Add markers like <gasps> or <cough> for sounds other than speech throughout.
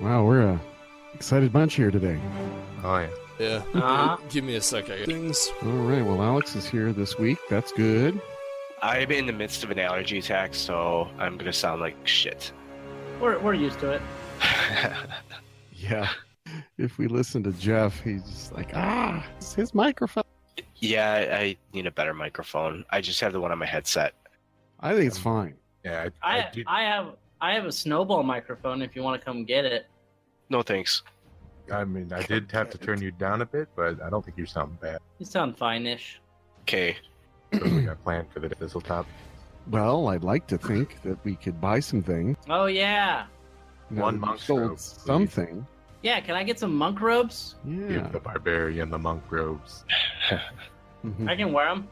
Wow, we're a excited bunch here today. Oh yeah. Yeah. Uh-huh. Give me a second. Things. All right. Well, Alex is here this week. That's good. I'm in the midst of an allergy attack, so I'm gonna sound like shit. We're, we're used to it. Yeah. <laughs> If we listen to Jeff, he's just like, ah, it's his microphone. yeah, I- I need a better microphone. I just have the one on my headset. I think it's fine. Yeah, I, I, I do. I have I have a snowball microphone. If you want to come get it, No thanks. I mean, I did have to turn you down a bit, but I don't think you sound <clears throat> bad. you sound fine-ish. Okay. So we got planned for the thistle top. Well, I'd like to think that we could buy some things. Oh yeah, Now One that monk we've sold robe, please. something. yeah. Can I get some monk robes? Yeah. Give the barbarian the monk robes. Mhm. I can wear them.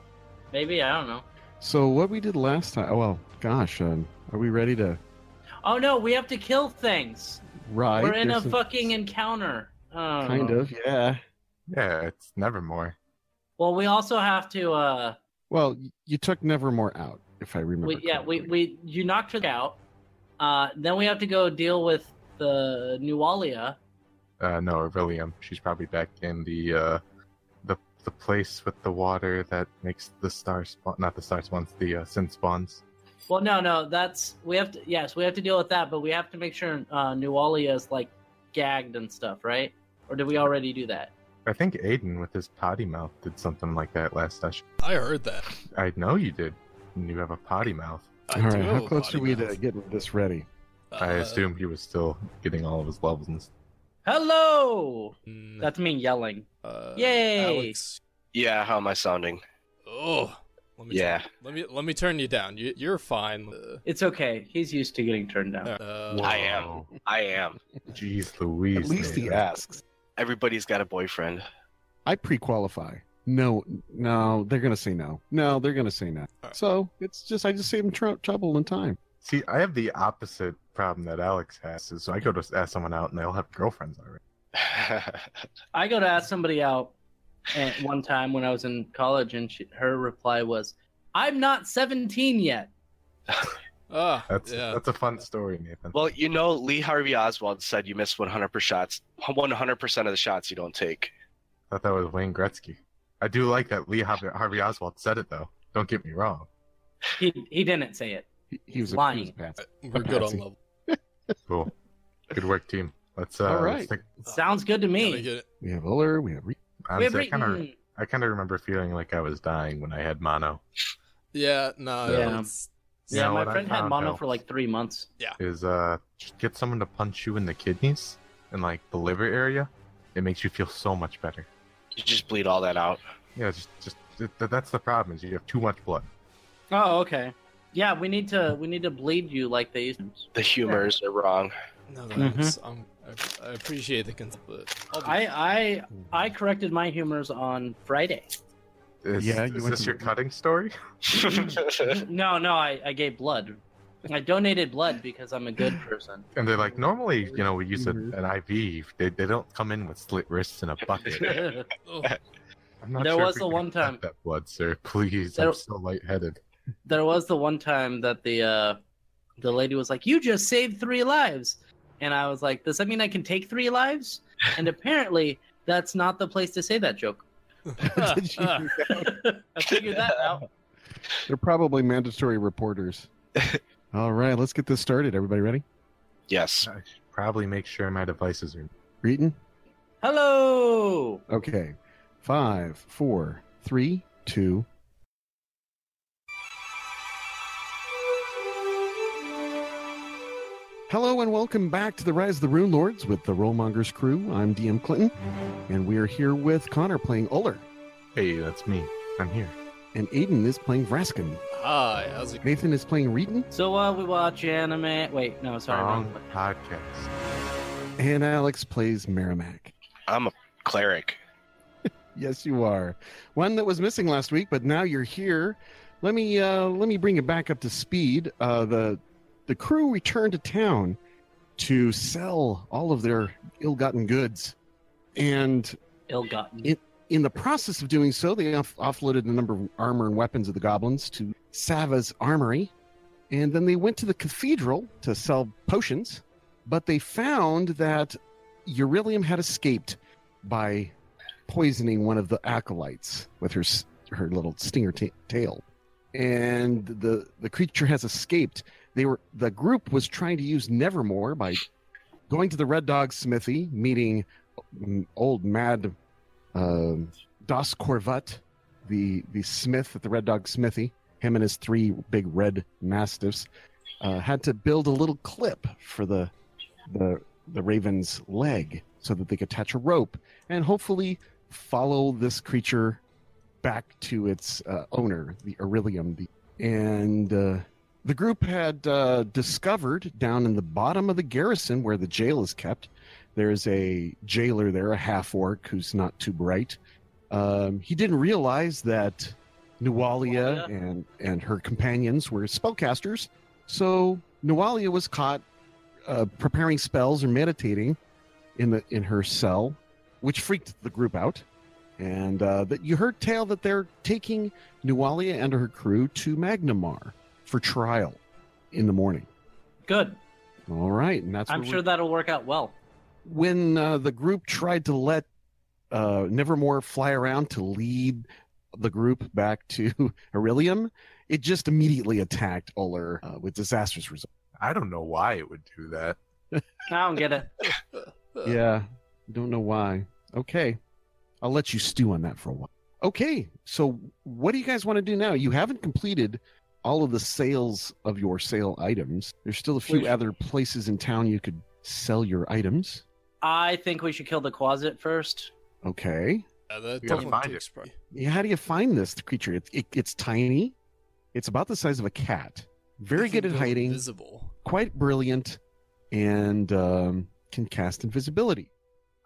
Maybe I don't know. So what we did last time? Well, gosh, um, are we ready to Oh no, we have to kill things. ride? We're in There's a some- fucking encounter. Oh. kind of. Yeah. Yeah, it's Nevermore. Well, we also have to. uh Well, y- you took Nevermore out, if I remember. we, Yeah, we, correctly. we you knocked her out. Uh, then we have to go deal with the Nualia. Uh, no, Aurelium. She's probably back in the uh, the the place with the water that makes the star spawn. Not the star spawns. The uh, sin spawns. Well, no, no, that's we have to. Yes, we have to deal with that, but we have to make sure uh, Nualia is like gagged and stuff, right? Or did we already do that? I think Aiden with his potty mouth did something like that last session. I heard that. I know you did. You have a potty mouth. I All do right. How have a close body are we mouth. to getting this ready? I Uh, assume he was still getting all of his levels. And... Hello. mm, That's me yelling. uh, Yay! Alex. Yeah, how am I sounding? Oh. Let me Yeah. Let me let me turn you down. You, you're fine. Uh, It's okay. He's used to getting turned down. uh, I am. I am. Jeez Louise. At least he Nathan. asks. Everybody's got a boyfriend. <laughs> I pre-qualify. No, no, they're gonna say no. No, they're gonna say no. All right. So it's just I just save them tr- trouble and time. See, I have the opposite problem that Alex has. Is I go to ask someone out, and they'll have girlfriends already. I go to ask somebody out at one time when I was in college, and she, her reply was, "I'm not 17 yet." Ah. That's yeah. that's a fun story, Nathan. well, you know, Lee Harvey Oswald said you miss 100% shots, 100% of the shots you don't take. I thought that was Wayne Gretzky. I do like that Lee Harvey, Harvey Oswald said it though. Don't get me wrong. He he didn't say it. He, he was a, he was Lying. a patsy. We're good on Patsy. level. Cool. Good work, team. Let's. Uh, All right. let's take- Sounds Oh. good to Uh, Gotta me. get it. We have Uller. We have. Re- We've honestly, I kind of written- I kind of remember feeling like I was dying when I had mono. Yeah. No. Yeah. it's- You Yeah, know my what I friend had found mono out? for like three months. Is uh, just get someone to punch you in the kidneys and like the liver area. It makes you feel so much better. You just bleed all that out. Yeah, just just th- that's the problem is you have too much blood. Oh, okay. Yeah, we need to we need to bleed you like they used. to. The humors are wrong. <laughs> No. Mhm. That's, um, I, I appreciate the consent, but I'll be- I <laughs> I I corrected my humors on Friday. <laughs> Is, Yeah, you is went this to- your cutting story? No, no, I, I gave blood. I donated blood because I'm a good person. <laughs> And they're <laughs> like, normally, you know, we use a, Mhm. an IV. They, they don't come in with slit wrists and a <laughs> bucket. oh, I'm not There sure if was we the can one accept time- that blood, sir. <laughs> Please, There- I'm so lightheaded. there was the one time that the uh, the lady was like, "You just saved three lives," and I was like, "Does that mean I can take three lives?" And apparently, that's not the place to say that joke. <laughs> uh, Did you- I figured that out. they're probably mandatory <laughs> reporters. All right, let's get this started. Everybody ready? yes. I should probably make sure my devices are. Reading. Hello. Okay. Five, four, three, two. Hello and welcome back to the Rise of the Rune Lords with the Rollmongers crew. I'm DM Clinton, and we are here with Connor playing Uller, Hey, that's me. I'm here. and Aiden is playing Vraskin. Hi. How's it? Nathan is playing Reeton, So uh, we watch anime. Wait, no, sorry. Wrong wrong. podcast. and Alex plays Merrimack. I'm a cleric. Yes, you are. One that was missing last week, but now you're here. Let me uh, let me bring you back up to speed. Uh, the the crew returned to town to sell all of their ill-gotten goods, and Ill-gotten. in the process of doing so, they off- offloaded a number of armor and weapons of the goblins to Sava's armory, and then they went to the cathedral to sell potions. but they found that Eurylium had escaped by poisoning one of the acolytes with her s- her little stinger ta tail, and the the creature has escaped. They were the group was trying to use Nevermore by going to the Red Dog Smithy, meeting mm, old Mad um, Das Corvette, the the smith at the Red Dog Smithy. Him and his three big red mastiffs uh, had to build a little clip for the the the raven's leg so that they could attach a rope and hopefully follow this creature back to its uh, owner, the Aurelium. The, and uh, the group had uh, discovered down in the bottom of the garrison where the jail is kept, there's a jailer there, a half orc who's not too bright. Um, he didn't realize that Nualia Nualia? and, and her companions were spellcasters, so Nualia was caught uh, preparing spells or meditating in the in her cell, which freaked the group out. And uh, that you heard tale that they're taking Nualia and her crew to Magnamar for trial in the morning. Good. All right, and that's I'm where sure we- that'll work out well. when uh, the group tried to let uh, Nevermore fly around to lead the group back to <laughs> Aurelium, it just immediately attacked Uller uh, with disastrous results. I don't know why it would do that. I don't get it. Uh, Yeah, don't know why. Okay, I'll let you stew on that for a while. Okay, so what do you guys want to do now? You haven't completed all of the sales of your sale items. There's still a few Wait. other places in town you could sell your items. I think we should kill the Quasit first. Okay. yeah that We gotta definitely find takes pri- Yeah, how do you find this creature? It, it, it's tiny. It's about the size of a cat. Very It good can at go hiding. Invisible. Quite brilliant, and um, can cast invisibility.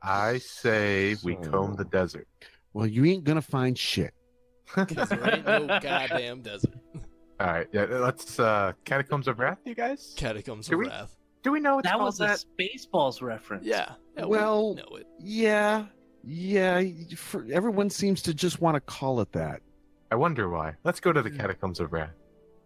I say we So- comb the desert. <laughs> Well, you ain't gonna find shit. 'Cause there ain't <laughs> no goddamn desert. All right, yeah, let's uh, catacombs of wrath, you guys. Catacombs Do of we- Wrath. Do we know what's That called was a that? Spaceballs reference. Yeah. yeah we Well- know it. Yeah, yeah. For, everyone seems to just want to call it that. I wonder why. Let's go to Hmm. the catacombs of wrath.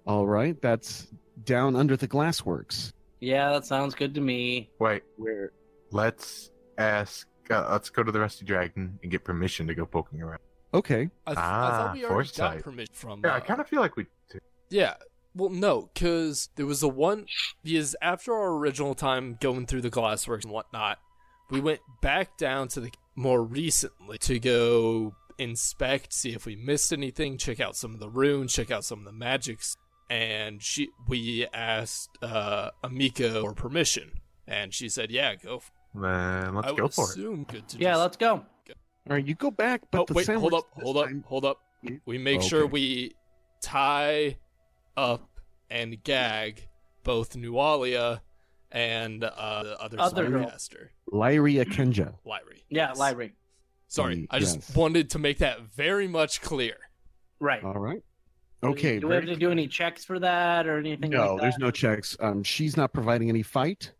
All right, that's down under the glassworks. Yeah, that sounds good to me. Wait, Where? let's ask. Uh, let's go to the rusty dragon and get permission to go poking around. Okay. I, th- I Ah, thought we already foresight. got permission from. Yeah, I uh, kind of feel like we. Did. Yeah. Well, no, because there was the one. Because after our original time going through the glassworks and whatnot, we went back down to the more recently to go inspect, see if we missed anything, check out some of the runes, check out some of the magics, and she we asked uh, Amika for permission, and she said, "Yeah, go." For Then I let's would go for it. assume Good to Yeah, just- let's go. All right, you go back, but oh, the wait, hold sandwich up, this hold up, time- hold up. Yeah. We make sure Okay. we tie up and gag both Nualia and uh, the other, Other girl. spellcaster, Lyria Kenja. Lyri. Yeah, Yes. library. Sorry, Mm, I just yes. wanted to make that very much clear. Right. All right. Do we- Uh, Okay. Do we have very to do any checks for that or anything? no like there's that? no checks um she's not providing any fight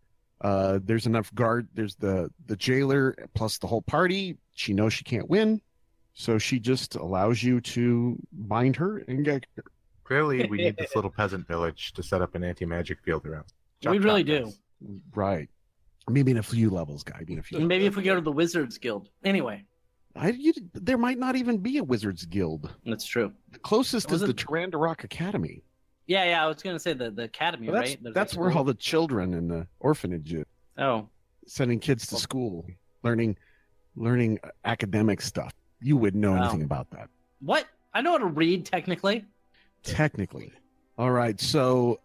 uh there's enough guard there's the the jailer plus the whole party she knows she can't win so she just allows you to bind her and get her. Clearly, we need this little peasant village to set up an anti-magic field around. We really do. guys. right maybe in a few levels guy maybe in a few Maybe if we go to the Wizards Guild. Anyway, I, you, there might not even be a wizard's guild that's true. the closest is the Wasn't- Tarandarok academy Yeah, yeah. I was gonna say the the academy, Well, that's, right? There's that's a where school. all the children in the orphanage is, Oh, sending kids to Well- school learning learning uh, academic stuff you wouldn't know Wow. anything about that what? I know how to read technically. Technically. All right, so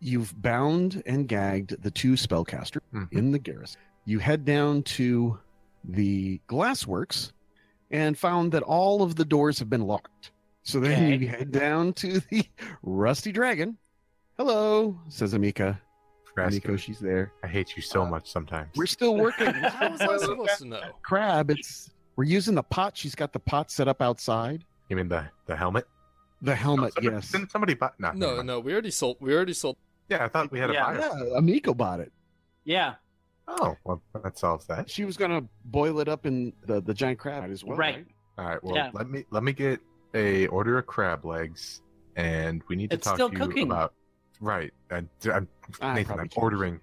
you've bound and gagged the two spellcaster Mhm. in the garrison. You head down to the glassworks and found that all of the doors have been locked. So then Okay. you head down to the rusty dragon. Hello, says Amika. Rascal, Amiko, she's there. I hate you so much sometimes. Uh, <laughs> We're still working. How was I supposed to know? <laughs> Crab, it's we're using the pot. She's got the pot set up outside. You mean the the helmet? The helmet, Oh, yes. Didn't somebody buy? No, No, no, we already sold. We already sold. Yeah, I thought we had a Yeah. buyer. Yeah, Amiko bought it. Yeah, Oh, well, that solves that. She was gonna boil it up in the, the giant crab as well. Right. All right. Well, Yeah. let me let me get a order of crab legs, and we need to It's talk still to you cooking. about right. I, I'm, Ah, Nathan, probably I'm changed. ordering.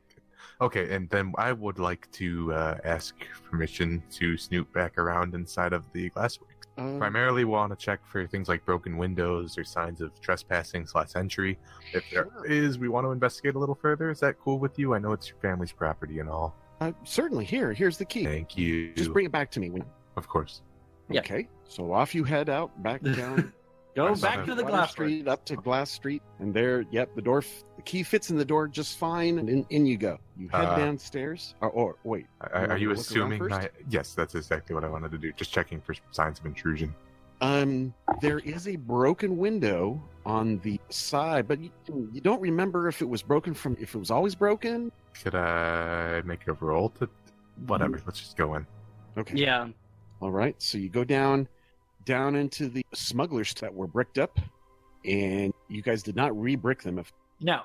Okay, and then I would like to uh, ask permission to snoop back around inside of the glassworks. Mm. Um, Primarily, want to check for things like broken windows or signs of trespassing slash entry. If there Sure. is, we want to investigate a little further. Is that cool with you? I know it's your family's property and all. uh, certainly. Here, here's the key. Thank you. Just bring it back to me. When... of course. Yeah. Okay. So off you head out <laughs> back down Go That's back not to a the water Glass glass. street. Street up to Glass Street, and there, yep, the door, f- the key fits in the door just fine, and in, in you go. You head Uh, downstairs, or, or wait, I- You I, are wanna you look around assuming? first? I, yes, that's exactly what I wanted to do. Just checking for signs of intrusion. um, there is a broken window on the side, but you, you don't remember if it was broken from, if it was always broken. Could I make a roll to? Whatever. Let's just go in. Okay. Yeah. All right. So you go down, down into the smugglers that were bricked up, and you guys did not re-brick them, if No.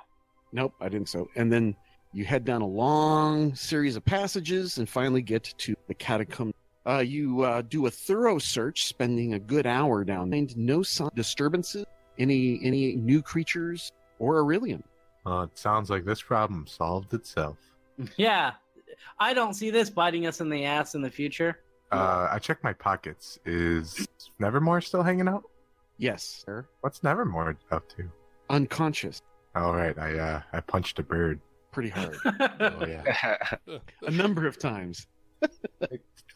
Nope, I didn't so. And then you head down a long series of passages and finally get to the catacomb. Uh, you uh, do a thorough search, spending a good hour down. Find no sign disturbances, any any new creatures or Aurelian. Uh, it sounds like this problem solved itself. Yeah. I don't see this biting us in the ass in the future. <laughs> Uh, I checked my pockets. Is Nevermore still hanging out? Yes, sir. What's Nevermore up to? Unconscious, All right, I uh, I punched a bird. pretty hard, <laughs> Oh yeah, uh, a number of times.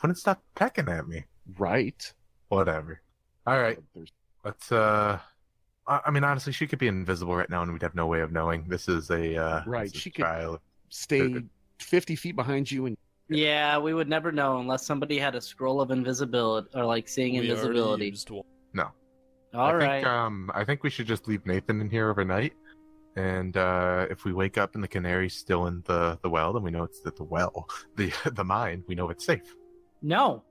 wouldn't stop pecking at me. Right. Whatever. All right, There's- let's. Uh, I, I mean, honestly, she could be invisible right now, and we'd have no way of knowing. This is a uh, Right, this is she a could- trial. Stay fifty feet behind you, and yeah, we would never know unless somebody had a scroll of invisibility or like seeing We already invisibility. used one. All I right. Think, um, I think we should just leave Nathan in here overnight, and uh, if we wake up and the canary's still in the the well, then we know it's at the well, <laughs> the the mine. We know it's safe. no.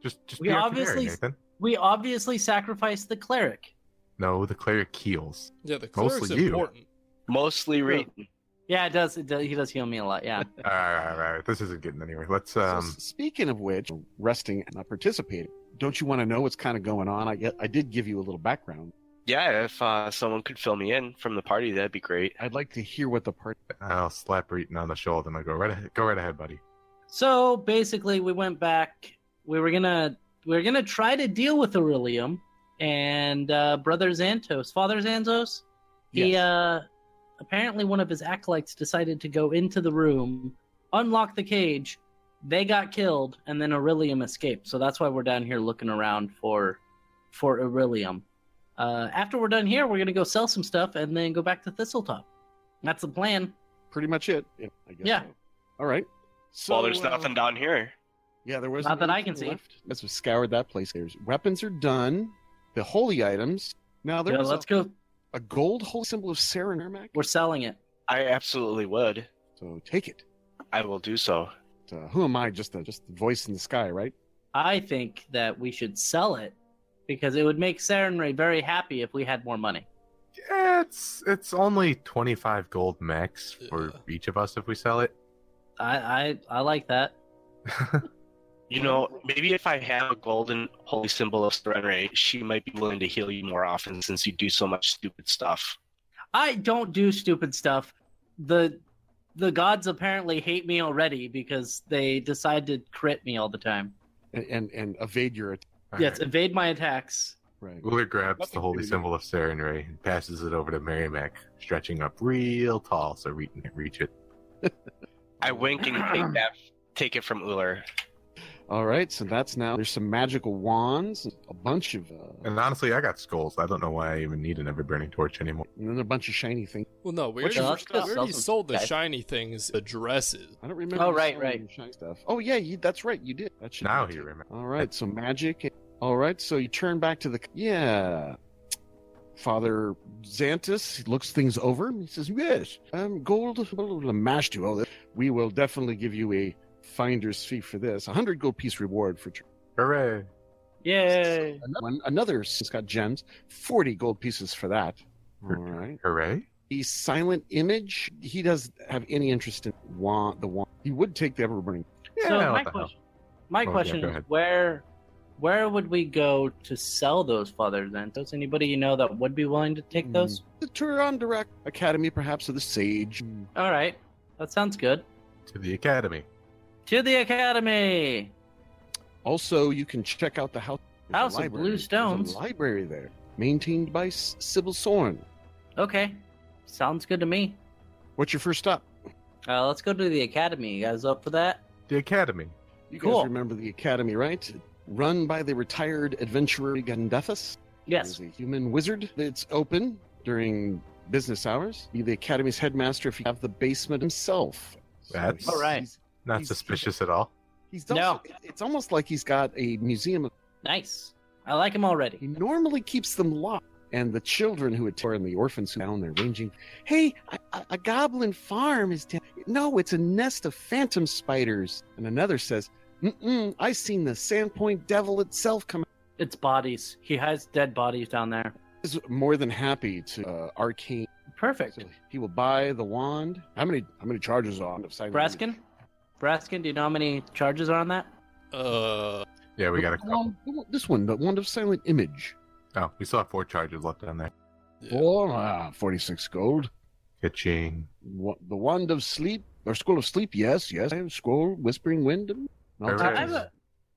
Just just We be our obviously- canary, Nathan. We obviously sacrificed the cleric. No, the cleric heals. Yeah, the Mostly cleric's you. important. Mostly reading. Yeah, it does, it does. He does heal me a lot. Yeah. All right, all right, all right. This isn't getting anywhere. Let's so um. s- speaking of which, resting and not participating. Don't you want to know what's kind of going on? I I did give you a little background. Yeah, if uh, someone could fill me in from the party, that'd be great. I'd like to hear what the part. I'll slap Reeton on the shoulder and I go right ahead, go right ahead, buddy. So basically, we went back. We were gonna we were gonna try to deal with Aurelium and uh, brother Xantos, father Xantos. He Yes. uh, apparently one of his acolytes decided to go into the room, unlock the cage. They got killed, and then Aurelium escaped. So that's why we're down here looking around for for Aurelium. Uh, after we're done here, we're gonna go sell some stuff and then go back to Thistletop. That's the plan. pretty much it. Yeah, I guess Yeah. so. All right. So, well, there's uh, nothing down here. Yeah, there was Not that I can see. As we scoured that place, there's weapons are done. The holy items. Now Yeah, there's let's a, go. a gold holy symbol of Saranarmac. We're selling it. I absolutely would. So take it. I will do so. Uh, who am I? Just a just the voice in the sky, right? I think that we should sell it because it would make Sarenrae very happy if we had more money. Yeah, it's it's only twenty five gold max for Yeah. each of us if we sell it. <laughs> I I, I like that. You know, maybe if I have a golden holy symbol of surrender, she might be willing to heal you more often since you do so much stupid stuff. I don't do stupid stuff. The the gods apparently hate me already because they decide to crit me all the time. And and, and evade your attack. All Yes, right. evade my attacks. Right. Uller grabs the holy symbol of Serenray and passes it over to Merrimack, stretching up real tall so Reeton can reach it. I wink and take that, take it from Uller. All right. So that's now. There's some magical wands, a bunch of, uh, and And honestly, I got skulls. I don't know why I even need an ever burning torch anymore. then a bunch of shiny things. Well, no, we What's already, your first stuff? we already Sells- sold the okay. shiny things, the dresses. I don't remember. Oh, you right, selling right. your Shiny stuff. Oh yeah, you, that's right. You did. That should Now be he taken. remembers. All right, so magic. All right, so you turn back to the yeah. Father Xantus looks things over. and He says, "Yes, um, gold, blah, blah, blah, mashed you. Oh, we will definitely give you a finder's fee for this. A hundred gold piece reward for tr- Hooray! Yay! another one. Another has got gems. Forty gold pieces for that. Hmm. All right. Hooray! The silent image. He does have any interest in want the want. He would take the everburning. Yeah, so what my the hell. question, my Oh, yeah, question go is ahead. where where would we go to sell those fathers then? Does anybody you know that would be willing to take those? The Turandarak Academy, perhaps, of the Sage. Mm-hmm. All right, that sounds good. to the academy. To the academy. Also, you can check out the house. there's a House of library. Blue There's a Stones. library there, maintained by S- Sybil Sorn. Okay, sounds good to me. What's your first stop? Uh, let's go to the academy. You guys up for that? The academy. You Cool. guys remember the academy, right? Run by the retired adventurer Gandalfus. Yes. He's a human wizard. It's open during business hours. Be the academy's headmaster if you have the basement himself. So That's- he's- All right. He's, Not He's- suspicious at all. he's No. also- It's almost like he's got a museum. of- Nice. I like him He already. normally keeps them locked. And the children who attend and the orphans who down there ranging. Hey, a, a- a goblin farm is down. No, it's a nest of phantom spiders. And another says, Mm-mm, I seen the Sandpoint Devil itself come It's bodies. He has dead bodies down there. is more than happy to uh, arcane. Perfect. So he will buy the wand. How many? How many charges on? Braskin? Braskin, do you know how many charges are on that? Uh, Yeah, we got a couple. this one, the wand of silent image. Oh, we still have four charges left on there. yeah. Four, ah, forty-six gold. Kitching. Wa- The wand of sleep or scroll of sleep. Yes, yes. I have scroll, whispering wind. and all Alright. I types. I have, a,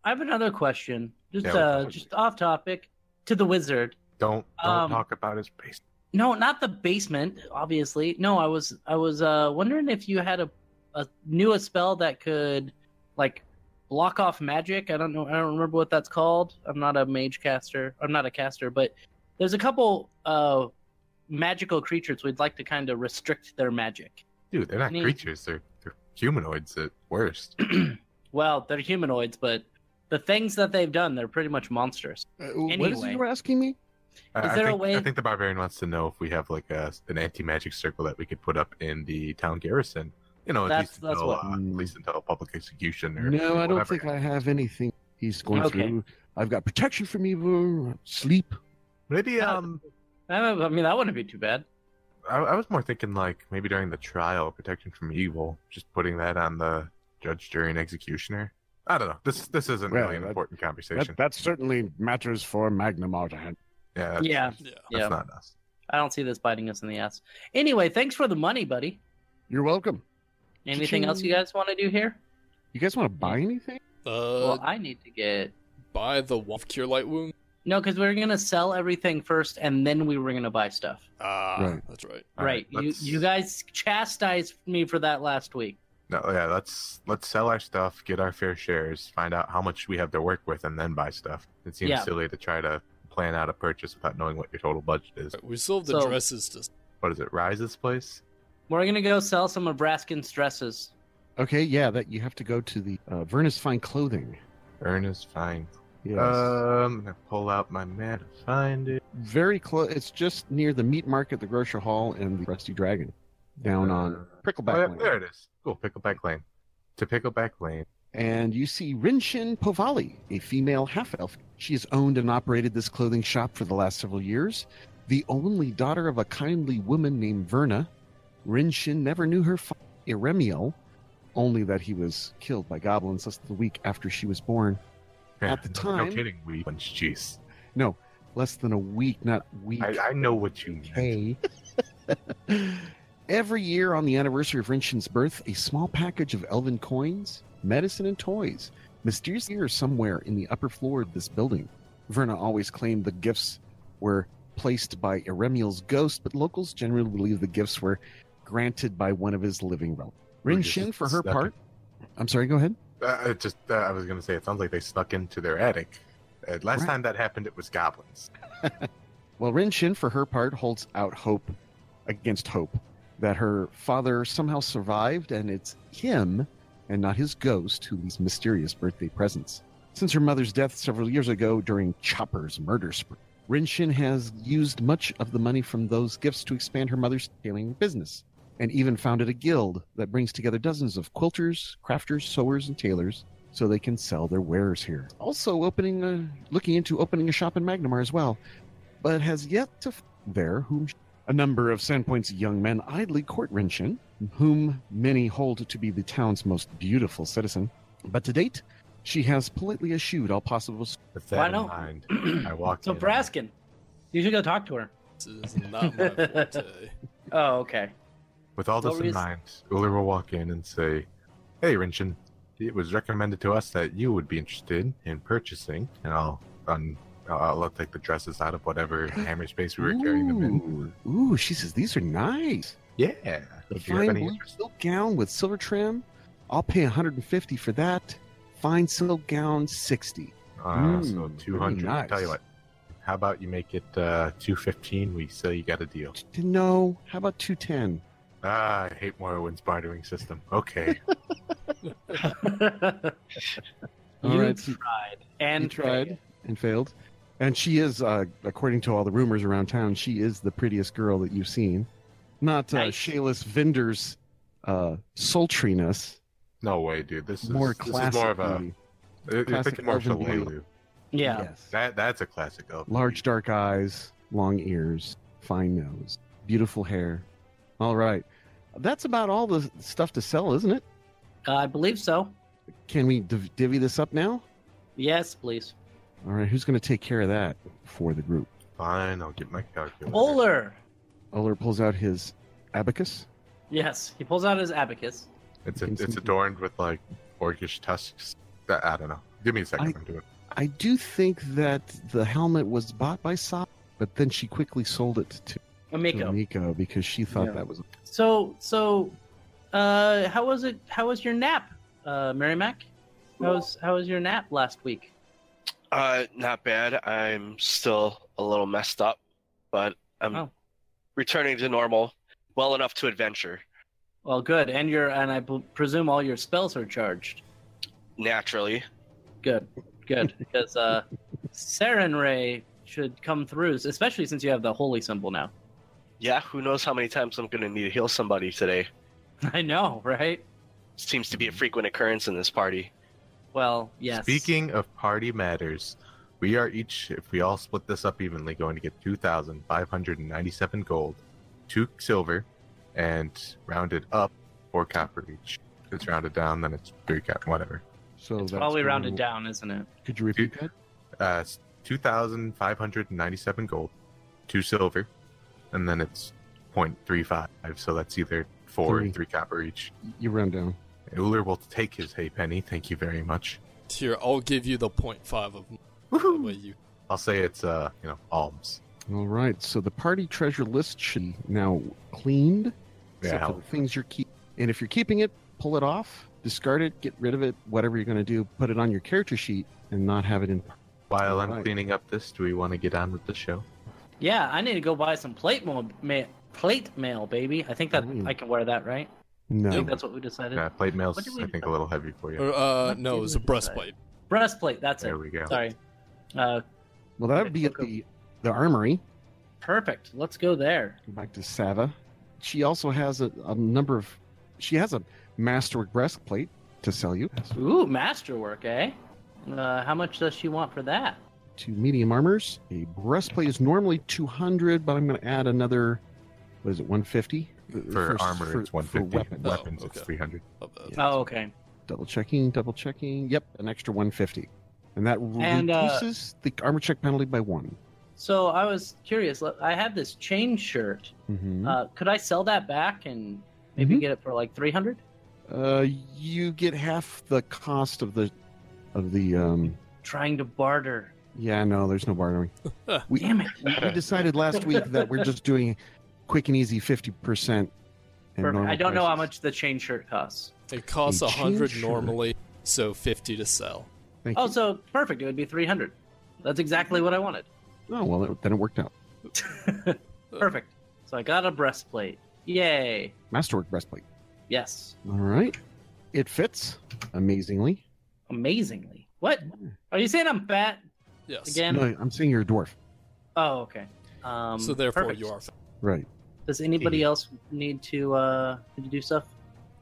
I have another question. Just Yeah, uh, we- just off topic to the wizard. Don't don't Um, talk about his base. No, not the basement, obviously. No, I was I was uh, wondering if you had a, a knew a spell that could like block off magic. I don't know. I don't remember what that's called. I'm not a mage caster. I'm not a caster, but there's a couple uh, magical creatures we'd like to kind of restrict their magic. <clears throat> Dude, they're not Neat. creatures. They're, they're humanoids at worst. well, they're humanoids, but the things that they've done, they're pretty much monsters. Uh, what is it Anyway. you were asking me? I- Is I there a think, way- I think the barbarian wants to know if we have like a an anti magic circle that we could put up in the town garrison. You know, at That's- least that's until what- uh, at least until public execution. Or Mm. No, I don't whatever. think I have anything. He's going Okay. through. I've got protection from evil, sleep. Maybe Uh, um, I don't- I mean, that wouldn't be too bad. I, I was more thinking like maybe during the trial, protection from evil, just putting that on the judge, jury, and executioner. I don't know. This this isn't Well, really an that- important conversation. certainly matters for Magnum Artahan. yeah, that's, Yeah, that's, yeah. yeah. not us. I don't see this biting us in the ass. Anyway, thanks for the money, buddy. You're welcome. Anything else you guys want to do here? You guys want to buy anything? Uh, well, I need to get buy the one cure light wound. no, because we're gonna sell everything first, and then we were gonna buy stuff. Ah, Right. that's right. All right? you let's- you guys chastised me for that last week. No, yeah. Let's let's sell our stuff, get our fair shares, find out how much we have to work with, and then buy stuff. It seems Yeah. silly to try to plan out a purchase without knowing what your total budget is. Right, We still have the So- dresses to. What is it? Rise's place? We're gonna go sell some of Braskin's dresses. Okay, yeah, that you have to go to the uh, Vernus Fine Clothing. Ernest, fine. Yes. Um, I'm gonna pull out my map to find it. Very close. It's just near the meat market, the grocer hall, and the Rusty Dragon. Down on Prickleback Oh, yeah, Lane. there it is. Cool. Pickleback Lane. To Pickleback Lane. And you see Rinshin Povali, a female half elf. She has owned and operated this clothing shop for the last several years. The only daughter of a kindly woman named Verna, Rinshin never knew her father, Iremiel, only that he was killed by goblins less than a week after she was born. At the <laughs> no- time- No kidding, we bunch. Jeez. No, less than a week, not week. I, I know what you mean. Hey. <laughs> Every year on the anniversary of Rinchin's birth, a small package of elven coins, medicine, and toys mysteriously are somewhere in the upper floor of this building. Verna always claimed the gifts were placed by Eremiel's ghost, but locals generally believe the gifts were granted by one of his living relatives. We're just Rinchin, for her stuck part, I'm sorry, go ahead. Uh, it just uh, I was gonna say, it sounds like they snuck into their attic. Uh, last Right. time that happened, it was goblins. Well, Rinshin, for her part, holds out hope against hope that her father somehow survived, and it's him and not his ghost who leaves mysterious birthday presents. Since her mother's death several years ago during Chopper's murder spree, Rinshin has used much of the money from those gifts to expand her mother's tailoring business, and even founded a guild that brings together dozens of quilters, crafters, sewers, and tailors so they can sell their wares here. Also, opening a, looking into opening a shop in Magnamar as well but has yet to f- there whom sh- a number of Sandpoint's young men idly court Rinchin, whom many hold to be the town's most beautiful citizen. But to date, she has politely eschewed all possible. s- With that Why in not? mind, I walked. so in. Braskin, you should go talk to her. This is not my <laughs> forte. Oh, okay. <laughs> With all this What were in you s- mind, Uller will walk in and say, Hey, Rinchin. It was recommended to us that you would be interested in purchasing, and I'll run. I'll, I'll take the dresses out <laughs> of whatever hammer space we were carrying them in. Ooh, ooh, she says these are nice. Yeah. The If you have fine any blue interest, silk gown with silver trim. I'll pay 150 for that. Fine silk gown, 60. uh, Mm, so very two hundred. Tell nice. you what. How about you make it uh, two fifteen? We say you got a deal. No, how about 210? Ah, I hate Morrowind's bartering system. <laughs> Okay. All You right, so- tried. and And tried and failed. And she is, uh, according to all the rumors around town, she is the prettiest girl that you've seen. Not uh, Nice. Shayla's Vinder's uh, sultriness, No way, dude. This is more this is classic. more of a. beauty. I- I classic think more of a elven beauty. Lelu. Yeah. Yes. That that's a classic elf. Large dark eyes, long ears, fine nose, beautiful hair. All right. That's about all the stuff to sell, isn't it? Uh, I believe so. Can we div- divvy this up now? Yes, please. All right. Who's going to take care of that for the group? Fine, I'll get my calculator. Oler. Uller pulls out his abacus. Yes, he pulls out his abacus. It's a, Can it's some- adorned with like orcish tusks. That, I don't know. Give me a second. I- I... am doing. I do think that the helmet was bought by Sa, but then she quickly sold it to to Amiko. Nico because she thought Yeah. that was. So, so, uh, how was it? How was your nap, uh, Mary Mac? How was how was your nap last week? Uh, not bad. I'm still a little messed up, but I'm Oh. returning to normal, well enough to adventure Well, good. And your and I b- presume all your spells are charged. naturally. Good, good. Because uh, Saren Ray should come through, especially since you have the holy symbol now. <laughs> Yeah, who knows how many times I'm gonna need to heal somebody today? I know, right? Seems to be a frequent occurrence in this party. Well, yes. Speaking of party matters, we are each, if we all split this up evenly, going to get two thousand five hundred and ninety-seven gold, two silver, and rounded up four copper each. If it's rounded down, then it's three copper. Whatever. So it's that's probably gonna- rounded down, isn't it? Could you repeat that? Uh, it's two thousand five hundred and ninety-seven gold, two silver, and then it's 0.35, So that's either four Three. and three copper each. You round down. Uller will take his hey penny. Thank you very much. Here, I'll give you the 0.5 of that way you. I'll say it's uh you know alms. All right. So the party treasure list should be now cleaned. except Yeah. for the things you're keep. And if you're keeping it, pull it off, discard it, get rid of it, whatever you're going to do, put it on your character sheet and not have it in. While I'm Alright. cleaning up this, do we want to get on with the show? Yeah, I need to go buy some plate mail, ma- plate mail, baby. I think that Oh. Mm. I can wear that, right? No. I think that's what we decided. Uh, plate mail's What do we- I think a little heavy for you. Or, uh, no, it was a Right. breastplate. Breastplate. That's There it. we go. Sorry. Uh, Well, that would be at the the armory. perfect. Let's go there. Go back to Sava. She also has a, a number of. She has a masterwork breastplate to sell you Ooh, masterwork, eh? Uh, how much does she want for that? to medium armors. A breastplate is normally 200, but I'm going to add another. What is it? 150 For armor, for- it's for 150. weapons. Oh. Weapons, okay. it's 300. Of a- Yeah. Oh, okay. Double checking, double checking. Yep, an extra 150. And that And, uh, reduces the armor check penalty by one. So I was curious. look, I have this chain shirt. Mhm. Uh, could I sell that back and maybe Mhm. get it for like three hundred? Uh, you get half the cost of the, of the. Um, Trying to barter. yeah, no, there's no bartering. we, Damn it. we we decided last week that we're just doing quick and easy 50%. and Perfect. normal I don't know how prices. much the chain shirt costs. It costs A a chain hundred shirt. normally, so fifty to sell. Thank Oh, you. so perfect. It would be three hundred. That's exactly what I <laughs> wanted. Oh, well, it, then it worked out. Perfect. So I got a breastplate. Yay. Masterwork breastplate. Yes. All right. It fits amazingly. Amazingly. What? Are you saying I'm fat Yes. again? No, I'm saying you're a dwarf. Oh, okay. Um, so therefore perfect. you are. Right. Does anybody else need to uh need to do stuff?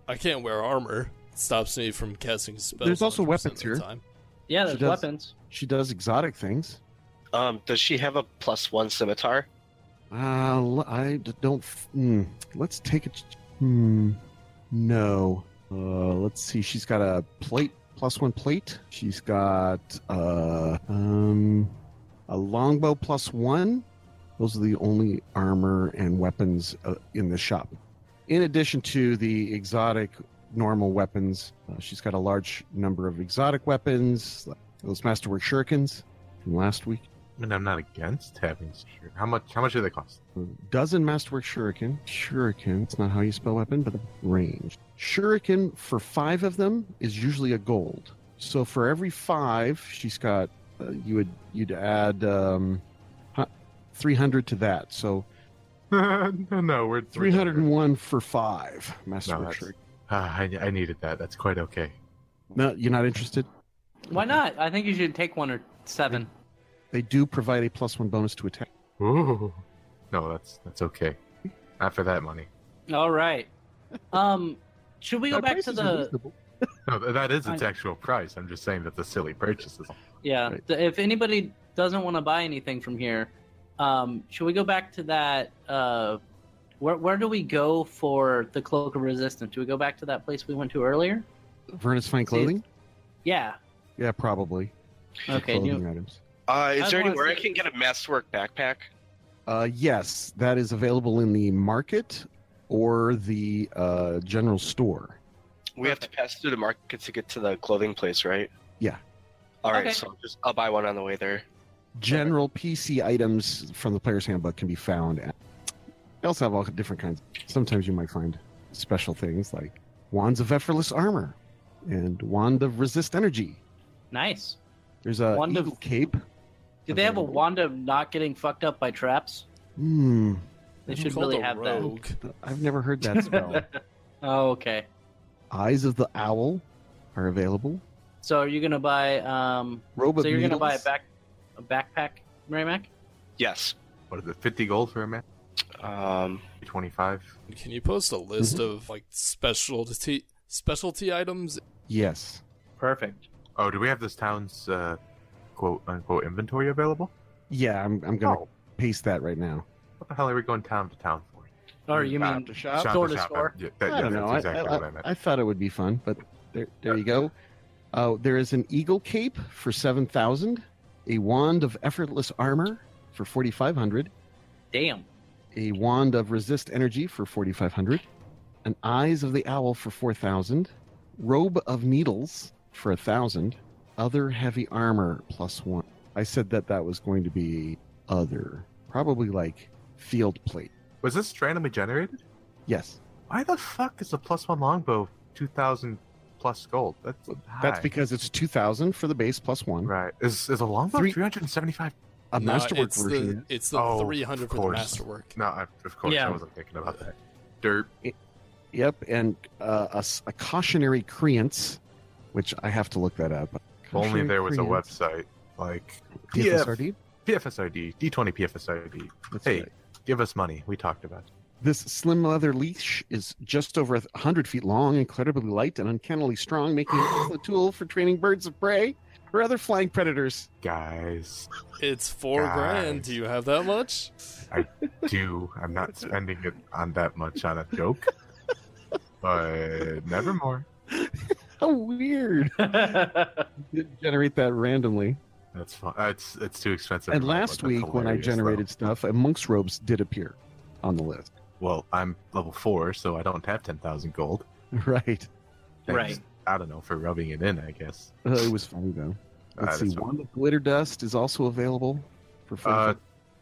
I can't wear armor. It stops me from casting spells. There's also 100% of weapons the here. time. Yeah, She there's does. weapons. She does exotic things. Um, does she have a plus one scimitar? Uh, l- I d- don't. f- Mm, let's take it. Hmm. No. Uh, let's see. She's got a plate plus one plate. She's got uh um a longbow plus one. Those are the only armor and weapons uh, in the shop. In addition to the exotic normal weapons. Uh, she's got a large number of exotic weapons, like those masterwork shurikens from last week. I mean, I'm not against having sure. How much? How much do they cost? <laughs> A dozen masterwork shuriken. Shuriken, it's not how you spell weapon, but range. Shuriken for five of them is usually a gold. So for every five, she's got uh, you would you'd add um, three hundred to that. So no, no, we're at three hundred and one for five masterwork that's- shuriken. Ah, I, I needed that. That's quite okay. No, you're not interested. Why not? I think you should take one or seven. They do provide a plus one bonus to attack. Ooh. No, that's that's okay. Not for that money. All right. Um, should we go That back price to is the reasonable. No, th- that is its I- actual price. I'm just saying that's a silly purchase. is all. Yeah. Right. th- If anybody doesn't want to buy anything from here, um, should we go back to that? Uh, where where do we go for the cloak of resistance? Do we go back to that place we went to earlier? Vernus fine clothing. Yeah. Yeah, probably. The Okay. Clothing New, items. Uh, is I there wanna anywhere I see- can get a masterwork backpack? Uh, yes, that is available in the market or the uh, general store. We have to pass through the market to get to the clothing place, right? Yeah. All right, Okay. so I'll just I'll buy one on the way there. General PC items from the player's handbook can be found. At... They also have all different kinds. Sometimes you might find special things like wands of effortless armor and wand of resist energy. nice. There's a Wand of- eagle cape. Do they have a Available. wand of not getting fucked up by traps? Hmm, They It's should called really a have that. rogue. I've never heard <laughs> that spell. Oh, okay. Eyes of the owl are available. So are you gonna buy? Um, Robe of so you're gonna buy a needles. back a backpack, Raymac? Yes. What is it? Fifty gold for a man? Um, Twenty-five. Can you post a list Mm-hmm. of like specialty specialty items? Yes. Perfect. Oh, do we have this town's uh, quote unquote inventory available? Oh, Yeah, I'm, I'm Oh. gonna paste that right now. What the hell are we going town to town for? Or you Shop mean to shop? store to Uh, to store? Yeah, that- I yeah, don't know. that's I, exactly I, what I meant. I, thought it would be fun, but there, there you go. Uh, there is an eagle cape for seven thousand, a wand of effortless armor for forty five hundred, <laughs> Damn. a wand of resist energy for forty five hundred, an eyes of the owl for four thousand, robe of needles for a thousand, other heavy armor plus one. I said that that was going to be other, probably like field plate. Was this randomly generated? Yes. Why the fuck is a plus one longbow two thousand plus gold? That's That's high. because it's 2000 for the base plus one. right. Is is a longbow Three- three hundred and seventy-five? A No, masterwork it's version. The, it's the Oh, of 300 for the course. masterwork. No, I, of course Yeah. I wasn't thinking about that. Dirt. Yep. And uh, a, s- a cautionary creance, which I have to look that up. If only Cautionary there was a creance, website like PFSRD. PFSID, D20 PFSID. That's Hey. right. Give us money. We talked about. it. This slim leather leash is just over a 100 feet long, incredibly light, and uncannily strong, making it an <gasps> excellent tool for training birds of prey or other flying predators. Guys, It's four Guys. grand. Do you have that much? do I'm not spending it on that much on a joke. But never more. How weird. Didn't generate that randomly. That's fine. Uh, It's it's too expensive. and for my last blood. That's week, when I hilarious, though. generated stuff, a monk's robes did appear on the list. well, I'm level four, so I don't have ten thousand gold. <laughs> Right. Thanks. Right. I don't know for rubbing it in. I guess. Uh, it was funny though. Uh, Let's that's see. fine. Wand of Glitter Dust is also available for free. Uh,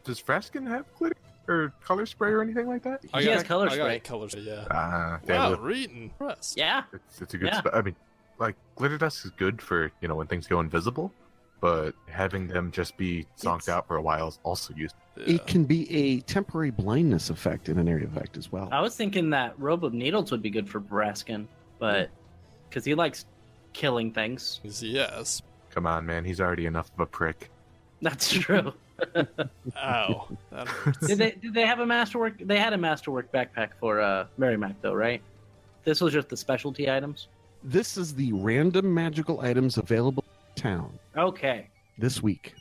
does Fraskin have glitter or color spray or anything like that? He has color I got spray. color spray, yeah. Uh, they wow, look- Reeton. Impressed. Yeah. it's, it's a good. Ah, Yeah. Sp- I mean, like glitter dust is good for you know when things go invisible, but having them just be zonked It's- out for a while is also useful. Yeah. it can be a temporary blindness effect in an area effect as well. I was thinking that robe of needles would be good for Braskin, but because he likes killing things. <laughs> Yes. Come on, man, he's already enough of a prick. <laughs> That's true. Ow. <laughs> That hurts. did they did they have a masterwork? They had a masterwork backpack for uh, Merrimack though, right? This was just the specialty items. This is the random magical items available in town Okay. this week.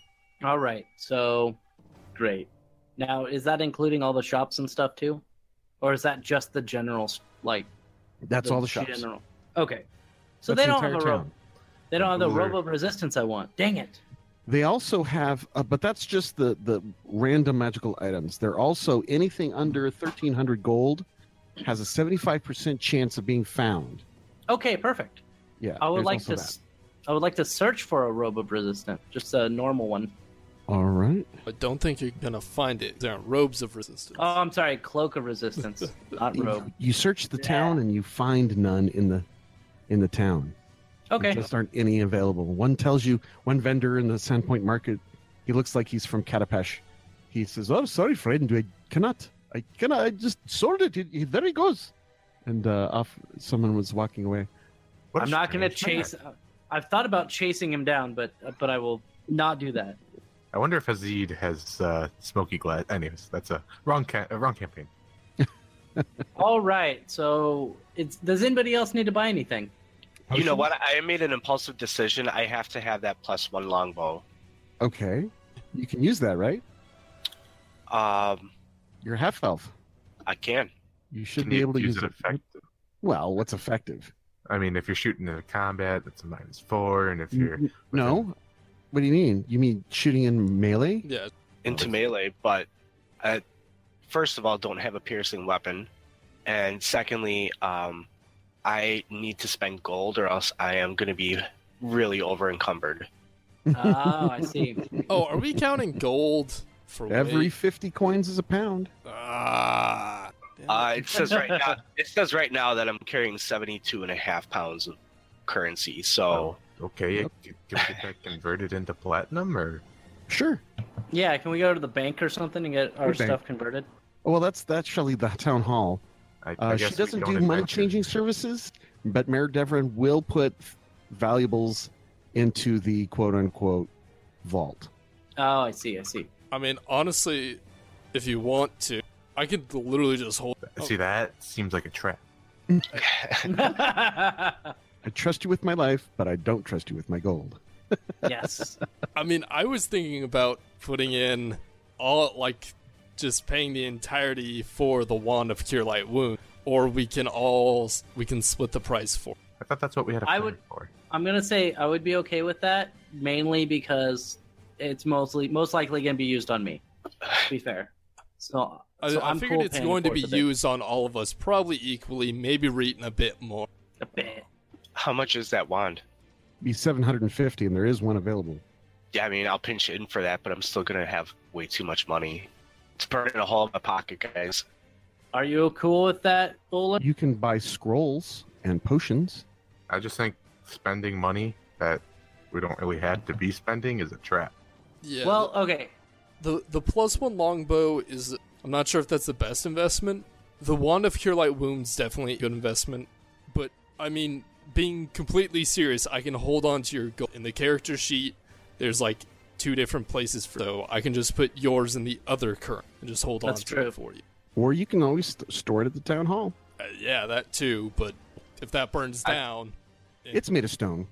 All right. So, great. Now, is that including all the shops and stuff too, or is that just the general like? That's all the shops. General. Okay. So That's they the don't have a entire robe. town. They don't have the Cooler. robe of resistance I want. Dang it. They also have, uh, but that's just the the random magical items. They're also anything under thirteen hundred gold has a seventy five percent chance of being found Okay, perfect. Yeah, I would there's like also to. that. s- I would like to search for a robe of resistance, just a normal one. All right. I don't think you're gonna find it. There are robes of resistance. Oh, I'm sorry, cloak <laughs> of resistance, not robe. You, you search the Yeah. town and you find none in the in the town. There Okay, just aren't any available. One tells you one vendor in the Sandpoint Market. He looks like he's from Katapesh. He says, "Oh, sorry, friend, I cannot. I cannot. I just sold it. It- it- there he goes." And uh, off, someone was walking away. What a I'm not gonna strange man. chase. uh, I've thought about chasing him down, but uh, but I will not do that. I wonder if Azid has uh, smoky glass. Anyways, that's a wrong ca- uh, wrong campaign. All right. So, it's does anybody else need to buy anything? You know what? I made an impulsive decision. I have to have that plus one longbow. Okay, you can use that, right? Um, You're half elf. I can. You should Can be you able to use, use it effective? Well, what's effective? I mean, if you're shooting in a combat, that's a minus four, and if N- you're Mm-hmm. n- No. What do you mean? You mean shooting in melee? Yeah, into melee, but I, first of all, don't have a piercing weapon, and secondly, um, I need to spend gold, or else I am going to be really over encumbered. Oh, I see. Oh, are we counting gold for Every weight? 50 coins is a pound. Ah, damn Uh, it. it says right now, it says right now that I'm carrying 72 and a half pounds of currency. So, oh, okay, it can, can we get that converted into platinum, or Sure. Yeah, can we go to the bank or something and get our Good bank. stuff converted? Oh, Well, that's that's Shelley, the town hall. I, I Uh, she guess we doesn't don't do adventure. money changing services, but Mayor Devrin will put valuables into the quote unquote vault. Oh, I see. I see. <laughs> I mean, honestly, if you want to, I could literally just hold. See, that seems like a trap. I trust you with my life, but I don't trust you with my gold. yes. I mean, I was thinking about putting in all like just paying the entirety for the wand of cure light wound, or we can all we can split the price for. I thought that's what we had a I plan would- for. I'm gonna say I would be okay with that, mainly because it's mostly most likely gonna be used on me. To be fair, so, I, so I am figured cool it's paying going to for be the bit. used on all of us, probably equally, maybe Reeton a bit more. a bit. how much is that wand? Be 750, and there is one available. Yeah, I mean, I'll pinch in for that, but I'm still going to have way too much money. It's burning a hole in my pocket, guys. Are you cool with that, Ola? You can buy scrolls and potions. I just think spending money that we don't really have to be spending is a trap. Yeah. Well, okay. <laughs> The the plus one longbow is I'm not sure if that's the best investment. The wand of cure light wounds definitely a good investment, but I mean, being completely serious, I can hold on to your gold in the character sheet. There's like two different places for so I can just put yours in the other current and just hold That's on to true. it for you. Or you can always st- store it at the town hall. Uh, yeah, that too. But if that burns I- down, It's made of stone.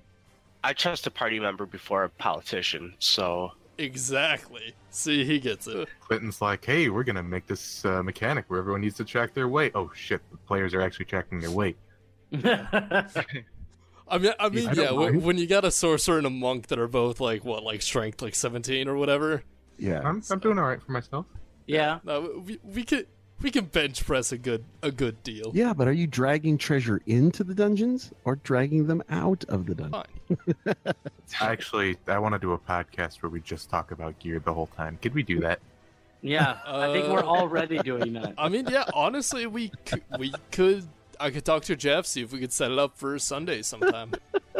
I trust a party member before a politician, so exactly. See, he gets it. Clinton's like, hey, we're gonna make this uh, mechanic where everyone needs to track their weight. Oh shit, the players are actually tracking their weight. I mean, I mean, I don't yeah. When, mind. when you got a sorcerer and a monk that are both like what, like strength, like 17 or whatever. Yeah. I'm, I'm doing all right for <laughs> myself. yeah. No, we, we could we can bench press a good a good deal. Yeah, but are you dragging treasure into the dungeons or dragging them out of the dungeon? Fine. Actually, I want to do a podcast where we just talk about gear the whole time. Could we do that? Yeah. I think we're Uh, already doing that. <laughs> I mean, yeah. Honestly, we c- we could. I could talk to Jeff see if we could set it up for <laughs> Sunday sometime,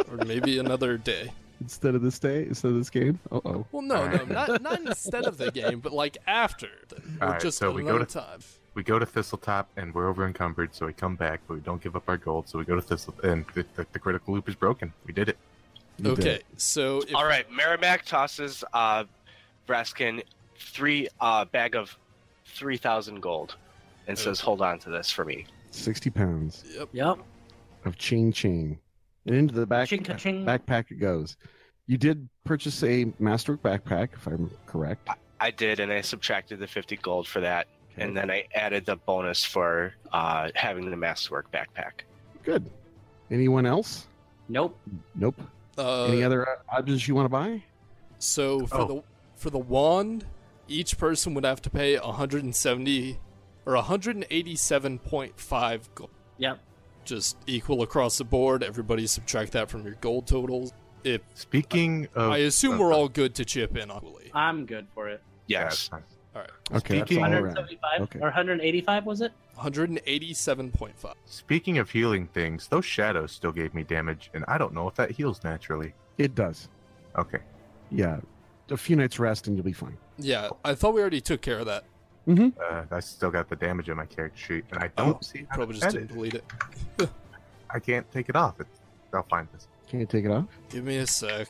or maybe another day. Instead of this day, instead of this game? Uh oh. Well, no, no, Alright. not not instead of the game, but like after, or Alright, just so we go another to- time. We go to Thistletop and we're over encumbered, so we come back, but we don't give up our gold, so we go to Thistle, and the, the, the critical loop is broken. We did it. You did Okay, it. so if, All right, Merrimack tosses uh, Braskin three uh, bag of three thousand gold, and says, "Hold on to this for me." 60 pounds Yep. Yep. of ching ching. And into the back, Ching ka-ching. backpack it goes. You did purchase a masterwork backpack, if I'm correct. I did, and I subtracted the fifty gold for that, and then I added the bonus for uh, having the masterwork backpack. Good. Anyone else? Nope. Nope. Uh, Any other uh, objects you want to buy? So for Oh. the for the wand, each person would have to pay 170 or 187.5 gold. Yep. just equal across the board. Everybody subtract that from your gold totals. If Speaking of, Uh, I assume of- we're all good to chip in equally. I'm good for it. Yeah, Yes. it's fine. All right, Okay, that's Speaking- all around. 175 Okay. or 185 was it? 187.5. Speaking of healing things, those shadows still gave me damage, and I don't know if that heals naturally. It does. Okay. Yeah, a few nights rest and you'll be fine. Yeah, I thought we already took care of that. Uh, I still got the damage in my character sheet, and I don't Oh, see you how probably to just edit didn't delete it. it. I can't take it off. It's, I'll find this. Can you take it off? Give me a sec.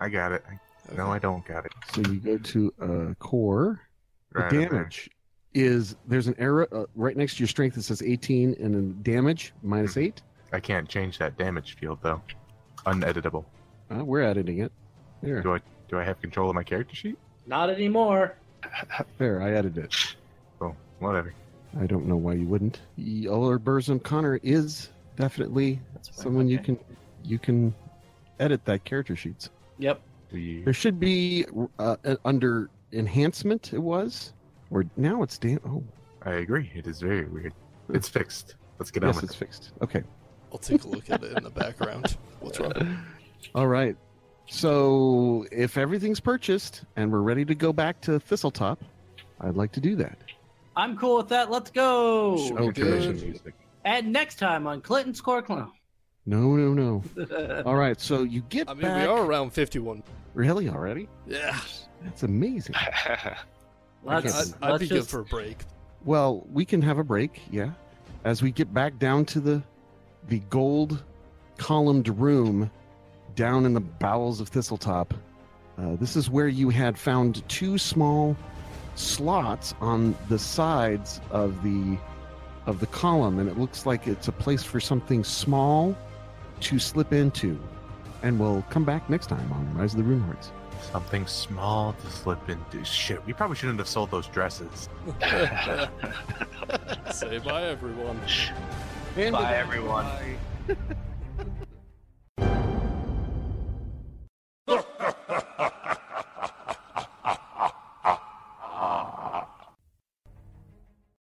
I got it. I, No, I don't got it. So you go to uh, core. The Right over there. damage is there's an arrow uh, right next to your strength that says 18, and then damage minus Mhm. eight. I can't change that damage field though. Uneditable. Uh, we're editing it. There, Do I do I have control of my character sheet? Not anymore. there. I edited it. Oh, whatever. I don't know why you wouldn't. Aller Burzum Connor is definitely That's fine, someone you okay. can you can edit that character sheets. Yep. Do you There should be uh, uh, under enhancement. It was, or now it's damn. Oh, I agree. It is very weird. It's fixed. Let's get on Hmm. yes, with it's it. fixed. Okay. I'll take a look at it in the background. What's wrong? All right. So if everything's purchased and we're ready to go back to Thistletop, I'd like to do that. I'm cool with that. Let's go. Sure. Oh, Introduction good. music. And next time on Clinton's Core Clown. <laughs> No, no, <laughs> no. All right. So you get I mean, back. we are around 51. Really already? Yeah, That's amazing. <laughs> Let's, Okay. I'd, let's I'd be good just- for a break. Well, we can have a break, yeah. As we get back down to the the gold columned room down in the bowels of Thistletop. Uh, this is where you had found two small slots on the sides of the of the column, and it looks like it's a place for something small to slip into. And we'll come back next time on Rise of the Runehorns. Something small to slip into. Shit, we probably shouldn't have sold those dresses. Say bye, everyone. And Bye, everyone.